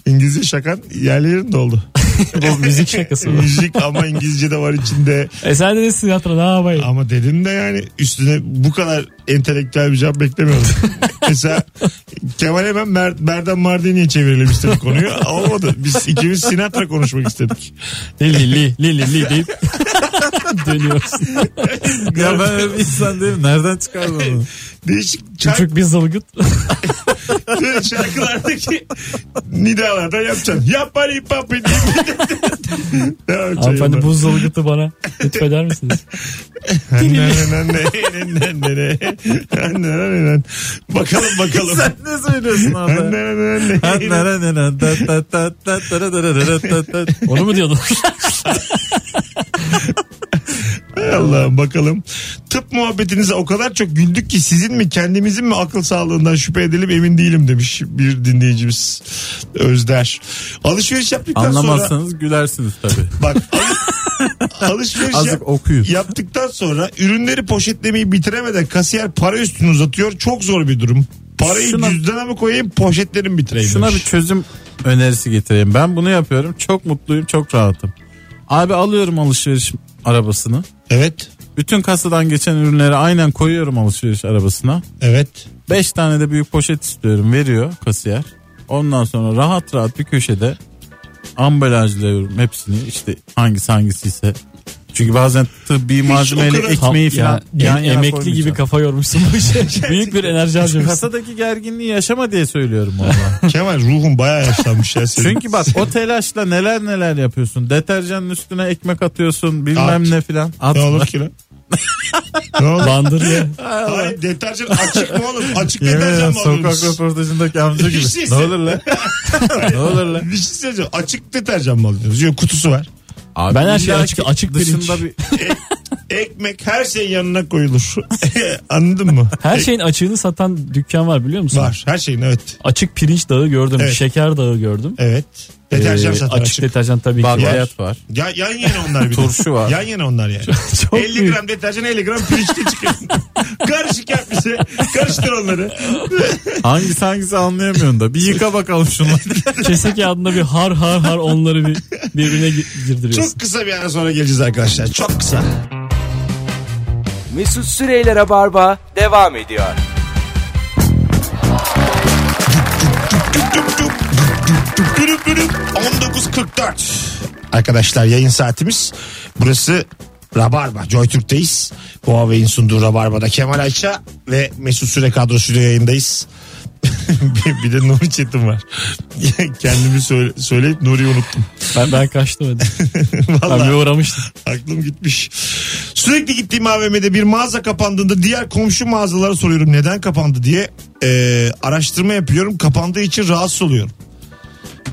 [SPEAKER 2] İngilizce şakan yerli yerinde oldu.
[SPEAKER 4] Bu müzik şakası bu.
[SPEAKER 2] müzik ama İngilizce de var içinde.
[SPEAKER 4] E sen de desin Sinatra ne yapayım?
[SPEAKER 2] Ama dedim de yani üstüne bu kadar entelektüel bir cevap
[SPEAKER 4] (laughs)
[SPEAKER 2] beklemiyordum. Mesela Kemal hemen Mer Berdan Mardini'ye çevirelim istedik konuyu. Olmadı. Biz ikimiz Sinatra konuşmak istedik.
[SPEAKER 4] Li li li li li li (laughs) deyip dönüyorsun.
[SPEAKER 3] Ya ben öyle bir insan değilim. Nereden çıkardın onu?
[SPEAKER 2] Değişik şarkı,
[SPEAKER 4] Küçük bir zılgıt.
[SPEAKER 2] şarkılardaki nidalarda yapacaksın. Yap bari hip hop
[SPEAKER 4] (laughs)
[SPEAKER 2] edeyim. Devam edeceğim
[SPEAKER 4] Hanımefendi
[SPEAKER 2] ben.
[SPEAKER 4] bu zılgıtı bana lütfeder misiniz?
[SPEAKER 2] Anne, anne, anne, anne, anne, anne, anne, anne. Bakalım bakalım.
[SPEAKER 3] (laughs) Sen ne söylüyorsun
[SPEAKER 2] Anne,
[SPEAKER 3] orada?
[SPEAKER 2] anne, anne, anne.
[SPEAKER 4] Onu mu diyordun?
[SPEAKER 2] Hay Allah'ım bakalım. Tıp muhabbetinize o kadar çok güldük ki sizin mi kendimizin mi akıl sağlığından şüphe edelim emin değilim demiş bir dinleyicimiz Özder. Alışveriş yaptıktan sonra
[SPEAKER 3] Anlamazsanız gülersiniz tabii.
[SPEAKER 2] bak al- (laughs) alışveriş yap-
[SPEAKER 3] Azıcık okuyun.
[SPEAKER 2] yaptıktan sonra ürünleri poşetlemeyi bitiremeden kasiyer para üstünü uzatıyor. Çok zor bir durum. Parayı
[SPEAKER 3] Şuna-
[SPEAKER 2] cüzdana mı koyayım poşetlerimi bitireyim
[SPEAKER 3] Şuna bir
[SPEAKER 2] demiş.
[SPEAKER 3] çözüm önerisi getireyim. Ben bunu yapıyorum. Çok mutluyum, çok rahatım. Abi alıyorum alışveriş arabasını.
[SPEAKER 2] Evet
[SPEAKER 3] Bütün kasadan geçen ürünleri aynen koyuyorum alışveriş arabasına.
[SPEAKER 2] evet.
[SPEAKER 3] 5 tane de büyük poşet istiyorum. Veriyor kasiyer. Ondan sonra rahat rahat bir köşede ambalajlıyorum hepsini. İşte hangisi hangisiyse. Çünkü bazen tıbbi malzemeyle
[SPEAKER 2] kadar-
[SPEAKER 3] ekmeği falan yan
[SPEAKER 4] em-
[SPEAKER 3] yana
[SPEAKER 4] emekli
[SPEAKER 3] koymayacağım.
[SPEAKER 4] gibi kafa yormuşsun bu (laughs) işe. Büyük bir enerji harcamışsın.
[SPEAKER 3] Kasadaki gerginliği yaşama diye söylüyorum valla. (laughs)
[SPEAKER 2] Kemal ruhun bayağı yaşlanmış ya senin.
[SPEAKER 3] Çünkü bak o telaşla neler neler yapıyorsun. Deterjanın üstüne ekmek atıyorsun bilmem
[SPEAKER 2] At.
[SPEAKER 3] ne filan.
[SPEAKER 2] ne
[SPEAKER 3] Atma.
[SPEAKER 2] olur ki
[SPEAKER 3] (laughs)
[SPEAKER 2] lan? ne olur?
[SPEAKER 4] Bandır ya.
[SPEAKER 2] Hayır, deterjan açık mı oğlum? Açık
[SPEAKER 3] Yemin
[SPEAKER 2] deterjan
[SPEAKER 3] ederim
[SPEAKER 2] mı
[SPEAKER 3] sokak
[SPEAKER 2] alıyorsunuz?
[SPEAKER 3] röportajındaki amca
[SPEAKER 2] Bir
[SPEAKER 3] gibi.
[SPEAKER 2] şey
[SPEAKER 3] ne olur lan? ne olur lan?
[SPEAKER 2] Bir şey söyleyeceğim. Açık deterjan mı alıyorsunuz? Yok kutusu var.
[SPEAKER 3] Abi
[SPEAKER 4] Ben her şeyi
[SPEAKER 3] illaki
[SPEAKER 4] açık- açık
[SPEAKER 3] dışında bir
[SPEAKER 2] Ekmek her şeyin yanına koyulur. (laughs) Anladın mı?
[SPEAKER 4] Her şeyin açığını satan dükkan var biliyor musun?
[SPEAKER 2] Var. Her şeyin evet.
[SPEAKER 4] Açık pirinç dağı gördüm.
[SPEAKER 2] Evet.
[SPEAKER 4] Şeker dağı gördüm.
[SPEAKER 2] Evet. Deterjan
[SPEAKER 4] Ee,
[SPEAKER 2] satar
[SPEAKER 4] açık,
[SPEAKER 2] açık.
[SPEAKER 4] deterjan tabii ki var.
[SPEAKER 3] bakliyat var.
[SPEAKER 2] Ya, yan yana onlar bir de.
[SPEAKER 3] Turşu var.
[SPEAKER 2] Yan yana onlar yani.
[SPEAKER 4] (laughs) Çok
[SPEAKER 2] 50
[SPEAKER 4] büyük.
[SPEAKER 2] gram deterjan 50 gram pirinçte çıkıyor. Karışık yapmışsın. Karıştır onları.
[SPEAKER 3] Hangisi hangisi anlayamıyorum da. Bir yıka
[SPEAKER 2] (laughs)
[SPEAKER 3] bakalım şunları.
[SPEAKER 4] Kese kağıdında bir har har har onları (laughs) bir birbirine gi- girdiriyorsun.
[SPEAKER 2] Çok kısa bir ara sonra geleceğiz arkadaşlar. Çok kısa.
[SPEAKER 1] Mesut Süreyler'e barba devam ediyor.
[SPEAKER 2] Dup dup, dup dup, dup dup dup. 19.44 Arkadaşlar yayın saatimiz Burası Rabarba Joytürk'teyiz Huawei'in sunduğu Rabarba'da Kemal Ayça ve Mesut Süre kadrosuyla yayındayız bir, bir de Nuri Çetin var Kendimi söyle- söyleyip Nuri'yi unuttum
[SPEAKER 4] Ben, ben kaçtım hadi. Ben bir
[SPEAKER 2] Vallahi
[SPEAKER 4] uğramıştım.
[SPEAKER 2] aklım gitmiş Sürekli gittiğim AVM'de bir mağaza kapandığında Diğer komşu mağazalara soruyorum neden kapandı diye Ee, Araştırma yapıyorum Kapandığı için rahatsız oluyorum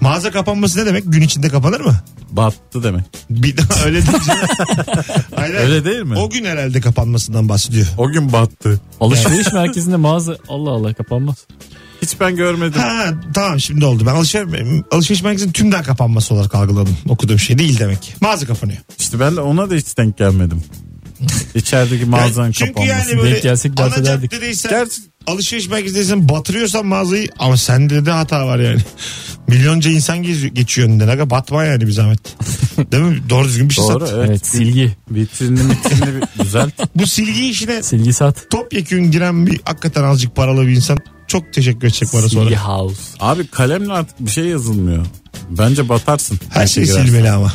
[SPEAKER 2] Mağaza kapanması ne demek? Gün içinde kapanır mı? (laughs)
[SPEAKER 3] Battı demek.
[SPEAKER 2] Bir daha öyle değil
[SPEAKER 3] (laughs)
[SPEAKER 2] canım. Hayır, hayır.
[SPEAKER 3] Öyle değil mi?
[SPEAKER 2] O gün herhalde kapanmasından bahsediyor.
[SPEAKER 3] O gün battı.
[SPEAKER 4] Alışveriş merkezinde mağaza Allah Allah kapanmaz.
[SPEAKER 3] Hiç ben görmedim.
[SPEAKER 2] Ha tamam şimdi oldu. Ben alışveriş, alışveriş merkezinin tümden kapanması olarak algıladım. Okuduğum şey değil demek ki. Mağaza kapanıyor.
[SPEAKER 3] İşte ben de ona da hiç denk gelmedim. İçerideki mağazan
[SPEAKER 2] Yani
[SPEAKER 3] kapanması.
[SPEAKER 2] çünkü yani
[SPEAKER 4] Denk
[SPEAKER 2] böyle
[SPEAKER 4] gelsek
[SPEAKER 2] ana
[SPEAKER 4] dans ederdik.
[SPEAKER 2] caddedeysen
[SPEAKER 3] Gerçi-
[SPEAKER 2] alışveriş merkezindeysen batırıyorsan mağazayı ama sende de hata var yani. (laughs) Milyonca insan geziyor, geçiyor önünden. Aga batma yani bir
[SPEAKER 3] (laughs)
[SPEAKER 2] zahmet. Değil mi? Doğru düzgün bir şey
[SPEAKER 3] Doğru
[SPEAKER 2] sat.
[SPEAKER 3] evet.
[SPEAKER 4] Evet silgi.
[SPEAKER 2] (laughs)
[SPEAKER 3] Vitrinini vitrinini bir düzelt.
[SPEAKER 2] Bu silgi işine
[SPEAKER 4] Silgi sat.
[SPEAKER 2] topyekün giren bir hakikaten azıcık paralı bir insan çok teşekkür edecek bana sonra.
[SPEAKER 4] Sea House.
[SPEAKER 3] Abi kalemle artık bir şey yazılmıyor. Bence batarsın.
[SPEAKER 2] Her şey
[SPEAKER 3] Belki girersin.
[SPEAKER 2] silmeli ama.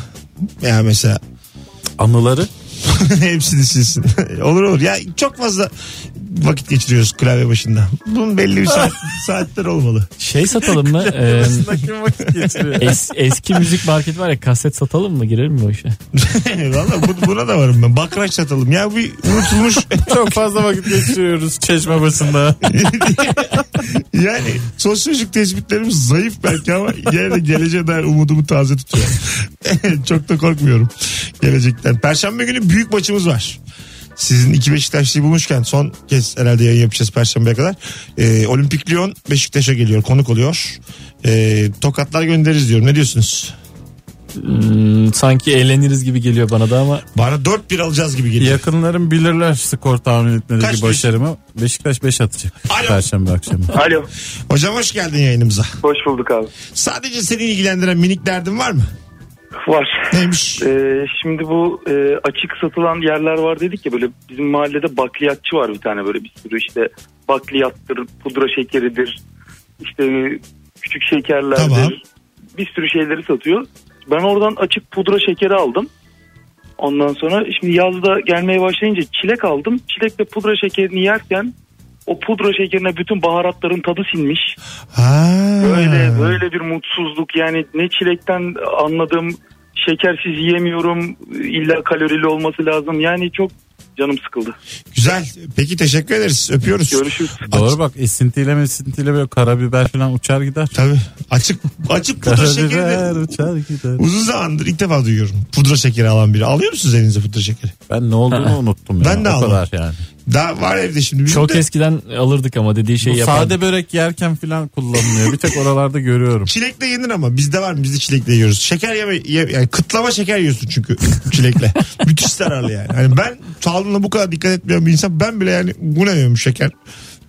[SPEAKER 2] Ya mesela (laughs)
[SPEAKER 3] Anıları.
[SPEAKER 2] hepsini silsin. (laughs) olur olur. Ya çok fazla vakit geçiriyoruz klavye başında. Bunun belli bir
[SPEAKER 3] (laughs)
[SPEAKER 2] saat, saatler olmalı. (laughs)
[SPEAKER 4] Şey satalım mı? Ee, es- eski müzik marketi var ya kaset satalım mı? Girelim mi o işe?
[SPEAKER 2] Valla bu- buna da varım ben. Bakraç satalım. Ya bir unutulmuş
[SPEAKER 3] Çok fazla vakit geçiriyoruz çeşme başında.
[SPEAKER 2] yani sosyolojik tespitlerimiz zayıf belki ama yine de geleceğe dair umudumu taze tutuyor. (laughs) Çok da korkmuyorum gelecekten. Perşembe günü büyük maçımız var. Sizin iki Beşiktaşlıyı bulmuşken son kez herhalde yayın yapacağız Perşembe'ye kadar. Ee, Olimpik Lyon Beşiktaş'a geliyor konuk oluyor. Ee, tokatlar göndeririz diyorum ne diyorsunuz?
[SPEAKER 4] Hmm, sanki eğleniriz gibi geliyor bana da ama
[SPEAKER 2] Bana 4-1 alacağız gibi geliyor.
[SPEAKER 3] Yakınlarım bilirler skor tahmin
[SPEAKER 2] Kaç
[SPEAKER 3] etmedeki başarımı. Beşiktaş 5 atacak.
[SPEAKER 2] Alo.
[SPEAKER 3] Perşembe akşamı.
[SPEAKER 5] Alo.
[SPEAKER 2] Hocam hoş geldin yayınımıza.
[SPEAKER 5] Hoş bulduk abi.
[SPEAKER 2] Sadece seni ilgilendiren minik derdin var mı?
[SPEAKER 5] Var.
[SPEAKER 2] Neymiş?
[SPEAKER 5] Ee, şimdi bu e, açık satılan yerler var dedik ya böyle bizim mahallede bakliyatçı var bir tane böyle bir sürü işte bakliyattır, pudra şekeridir, işte e, küçük şekerlerdir.
[SPEAKER 2] Tamam.
[SPEAKER 5] Bir sürü şeyleri satıyor. Ben oradan açık pudra şekeri aldım. Ondan sonra şimdi yazda gelmeye başlayınca çilek aldım. Çilek ve pudra şekerini yerken o pudra şekerine bütün baharatların tadı sinmiş.
[SPEAKER 2] Ha. Hmm.
[SPEAKER 5] Böyle böyle bir mutsuzluk yani ne çilekten anladım şekersiz yiyemiyorum illa kalorili olması lazım yani çok canım sıkıldı.
[SPEAKER 2] Güzel. Peki teşekkür ederiz. Öpüyoruz.
[SPEAKER 5] Görüşürüz.
[SPEAKER 3] Doğru bak esintiyle mesintiyle böyle karabiber falan uçar gider.
[SPEAKER 2] Tabii. Açık açık pudra şekeri
[SPEAKER 3] Karabiber
[SPEAKER 2] de
[SPEAKER 3] uçar gider.
[SPEAKER 2] uzun zamandır ilk defa duyuyorum. Pudra şekeri alan biri. Alıyor musunuz elinize pudra şekeri?
[SPEAKER 3] Ben ne olduğunu unuttum ya.
[SPEAKER 2] Ben de
[SPEAKER 3] o
[SPEAKER 2] aldım.
[SPEAKER 3] kadar yani.
[SPEAKER 2] Daha var evde şimdi. Bizim
[SPEAKER 4] çok
[SPEAKER 2] de
[SPEAKER 4] eskiden alırdık ama dediği
[SPEAKER 3] Bu
[SPEAKER 4] şeyi yapardık.
[SPEAKER 3] sade börek yerken falan kullanılıyor. Bir tek oralarda (laughs) görüyorum.
[SPEAKER 2] Çilekle yenir ama bizde var mı? Biz de çilekle yiyoruz. Şeker yeme, ye- yani kıtlama şeker yiyorsun çünkü (laughs) çilekle. Müthiş zararlı yani. Hani ben sağlığına bu kadar dikkat etmeyen bir insan ben bile yani bu ne yiyorum şeker.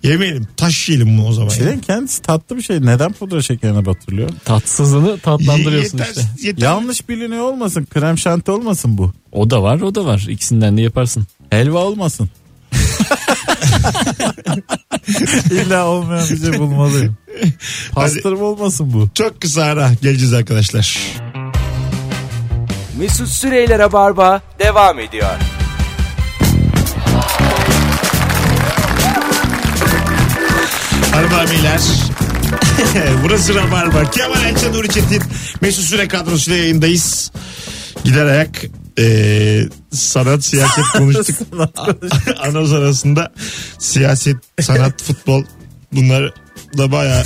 [SPEAKER 2] Yemeyelim taş yiyelim bunu o zaman. yani.
[SPEAKER 3] Çileğin kendisi tatlı bir şey. Neden pudra şekerine batırılıyor?
[SPEAKER 4] Tatsızını tatlandırıyorsun
[SPEAKER 2] Yeter-
[SPEAKER 4] işte.
[SPEAKER 2] yeter-
[SPEAKER 3] Yanlış biliniyor olmasın. Krem şanti olmasın bu.
[SPEAKER 4] O da var o da var. İkisinden de yaparsın.
[SPEAKER 3] Helva olmasın. (laughs) İlla olmayan bir şey bulmalıyım. Pastırma olmasın bu.
[SPEAKER 2] Çok kısa ara geleceğiz arkadaşlar.
[SPEAKER 1] Mesut Süreyler'e barba devam ediyor.
[SPEAKER 2] Hanımlar beyler. (laughs) Burası Rabarba. Kemal Ayça, Nuri Çetin, Mesut Süre kadrosuyla yayındayız. Gider ayak eee, sanat, siyaset konuştuk. (laughs) Anons arasında siyaset, sanat, futbol bunlar da bayağı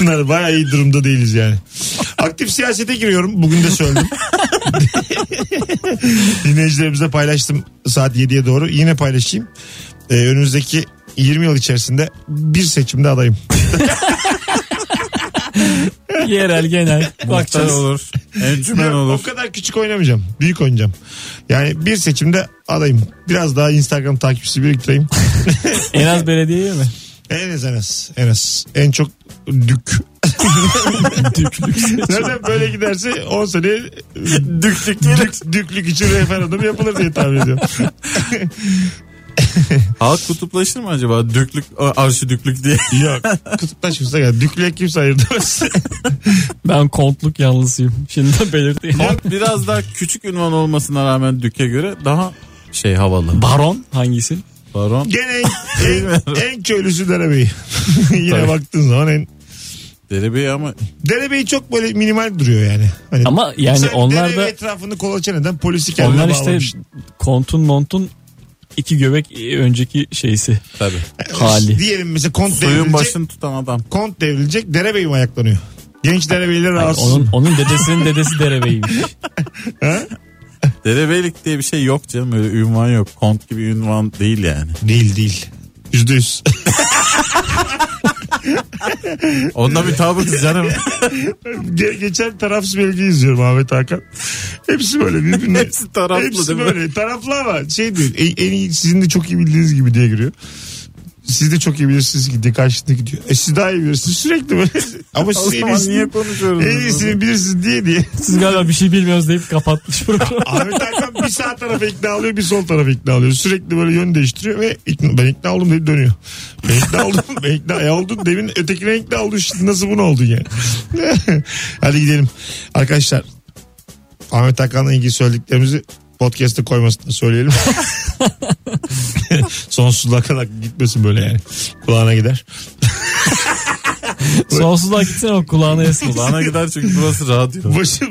[SPEAKER 2] bunlar bayağı iyi durumda değiliz yani. Aktif siyasete giriyorum. Bugün de söyledim. (laughs) Dinleyicilerimize paylaştım saat 7'ye doğru. Yine paylaşayım. Ee, önümüzdeki 20 yıl içerisinde bir seçimde adayım.
[SPEAKER 4] Yerel
[SPEAKER 3] (laughs)
[SPEAKER 4] genel.
[SPEAKER 3] Muhtar
[SPEAKER 4] Bakacağız.
[SPEAKER 3] (laughs) olur. Encümen
[SPEAKER 2] Ya,
[SPEAKER 3] olur.
[SPEAKER 2] O kadar küçük oynamayacağım. Büyük oynayacağım. Yani bir seçimde adayım. Biraz daha Instagram takipçisi
[SPEAKER 3] (laughs)
[SPEAKER 2] biriktireyim.
[SPEAKER 4] En az belediyeye mi?
[SPEAKER 2] en az en az. En az. En çok
[SPEAKER 3] (laughs)
[SPEAKER 2] dük. Zaten böyle giderse 10 sene
[SPEAKER 3] (laughs) Düklük
[SPEAKER 2] dük, düklük için referandum yapılır diye tahmin ediyorum.
[SPEAKER 3] Halk kutuplaşır mı acaba? Düklük, arşidüklük diye.
[SPEAKER 2] Yok. Kutuplaşmışsa gel. Düklüğe kimse ayırtamaz.
[SPEAKER 3] (laughs)
[SPEAKER 4] Ben kontluk yanlısıyım. Şimdi de belirteyim.
[SPEAKER 3] Halk biraz daha küçük ünvan olmasına rağmen düke göre daha şey havalı.
[SPEAKER 4] Baron hangisi?
[SPEAKER 3] Baron
[SPEAKER 2] Gene en, en, en köylüsü derebeyi. (laughs) Yine
[SPEAKER 3] Tabii.
[SPEAKER 2] baktığın zaman en...
[SPEAKER 3] Derebeyi ama
[SPEAKER 2] Derebeyi çok böyle minimal duruyor yani. Hani
[SPEAKER 4] Ama yani
[SPEAKER 2] Sen
[SPEAKER 4] onlar
[SPEAKER 2] derebe
[SPEAKER 4] da
[SPEAKER 2] etrafını kolaçan eden polisi kendine
[SPEAKER 4] onlar işte
[SPEAKER 3] şey.
[SPEAKER 2] bağlamış.
[SPEAKER 4] kontun montun iki göbek önceki şeysi
[SPEAKER 3] tabii.
[SPEAKER 4] hali.
[SPEAKER 2] Diyelim mesela kont devrilecek.
[SPEAKER 3] Suyun başını tutan adam.
[SPEAKER 2] Kont devrilecek derebeyim ayaklanıyor. Genç derebeyler
[SPEAKER 4] Yani
[SPEAKER 2] rahatsız.
[SPEAKER 4] onun onun dedesinin dedesi derebeymiş.
[SPEAKER 3] Derebeylik diye bir şey yok canım. Öyle ünvan yok. Kont gibi ünvan değil yani.
[SPEAKER 2] Değil değil. Yüzde
[SPEAKER 4] (laughs)
[SPEAKER 2] yüz.
[SPEAKER 3] Onda bir tabut canım.
[SPEAKER 2] Ge- Geçen tarafsız belge izliyorum Ahmet Hakan. Hepsi böyle birbirine.
[SPEAKER 3] Hepsi taraflı
[SPEAKER 2] Hepsi
[SPEAKER 3] değil mi?
[SPEAKER 2] "E, böyle taraflı ama şey değil. En, en iyi sizin de çok iyi bildiğiniz gibi diye giriyor. siz de çok iyi bilirsiniz ki diye karşısında gidiyor. E siz daha iyi bilirsiniz sürekli
[SPEAKER 4] (laughs)
[SPEAKER 2] böyle. Ama siz en
[SPEAKER 3] zaman niye
[SPEAKER 2] iyisini,
[SPEAKER 3] konuşuyoruz?
[SPEAKER 2] en iyisini bilirsiniz diye diye.
[SPEAKER 4] Siz galiba bir şey bilmiyoruz deyip kapatmış
[SPEAKER 3] (laughs)
[SPEAKER 4] programı.
[SPEAKER 2] Ahmet Hakan bir sağ tarafa ikna alıyor bir sol tarafa ikna alıyor. Sürekli böyle yön değiştiriyor ve ikna, ben ikna oldum dedi dönüyor. Ben ikna oldum ben ikna e oldun demin ötekine ikna oldun şimdi nasıl bunu oldun ya. (laughs) Hadi gidelim. Arkadaşlar Ahmet Hakan'la ilgili söylediklerimizi podcast'e koymasını söyleyelim. (laughs) Sonsuzluğa kadar gitmesin böyle yani. Kulağına gider.
[SPEAKER 4] Sonsuzluğa gitsene o kulağına eski.
[SPEAKER 3] Bana gider çünkü burası radyo.
[SPEAKER 2] Başım.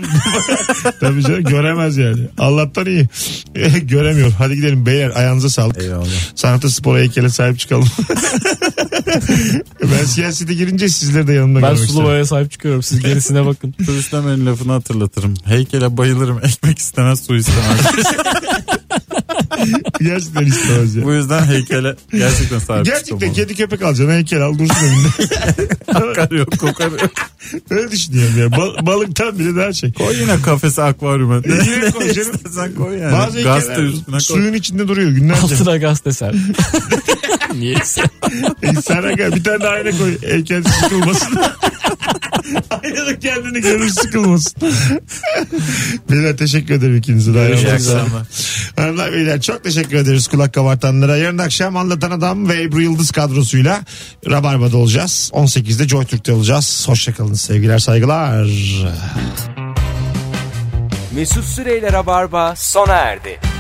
[SPEAKER 2] Tabii canım göremez yani. Allah'tan iyi. (laughs) Göremiyor. Hadi gidelim beyler ayağınıza sağlık.
[SPEAKER 3] Eyvallah.
[SPEAKER 2] Sanata spora heykele sahip çıkalım. (laughs) ben siyasete girince sizleri de yanımda
[SPEAKER 4] Ben
[SPEAKER 2] görmek
[SPEAKER 4] sulu
[SPEAKER 2] isterim.
[SPEAKER 4] boyaya sahip çıkıyorum. Siz gerisine bakın.
[SPEAKER 3] Turistlemenin lafını hatırlatırım. Heykele bayılırım. Ekmek istemez su istemez.
[SPEAKER 2] Gerçekten
[SPEAKER 3] (laughs)
[SPEAKER 2] istemez ya.
[SPEAKER 3] Bu yüzden heykele gerçekten sahip
[SPEAKER 2] Gerçekten
[SPEAKER 3] çıkılmalı.
[SPEAKER 2] kedi köpek alacaksın heykel al dursun önünde.
[SPEAKER 3] (laughs) Akarıyor kokarıyor.
[SPEAKER 2] (laughs) Öyle düşünüyorum ya. Bal- balıktan bile daha şey.
[SPEAKER 3] Koy yine kafese akvaryuma. Ne,
[SPEAKER 2] (laughs) Yine
[SPEAKER 3] ne (laughs)
[SPEAKER 2] koy canım.
[SPEAKER 3] istersen koy yani.
[SPEAKER 2] Bazı
[SPEAKER 3] Gazete
[SPEAKER 2] heykeller
[SPEAKER 3] üstüne koy.
[SPEAKER 2] suyun içinde duruyor günlerce.
[SPEAKER 4] Altına gaz deser.
[SPEAKER 3] (laughs)
[SPEAKER 4] Niyeyse.
[SPEAKER 2] İnsana gel. Bir tane E, de ayna koy. şey Heykel sıkılmasın. Aynada kendini görür sıkılmasın. (laughs) Beyler teşekkür ederim ikinize de.
[SPEAKER 3] İyi
[SPEAKER 2] Ayağınıza sağlık.
[SPEAKER 3] akşamlar.
[SPEAKER 2] Hanımlar beyler çok teşekkür ederiz kulak kabartanlara. Yarın akşam Anlatan Adam ve Ebru Yıldız kadrosuyla Rabarba'da olacağız. 18'de Joy Türk'te olacağız. Hoşçakalın sevgiler saygılar.
[SPEAKER 1] Mesut Süreyler'e barba sona erdi.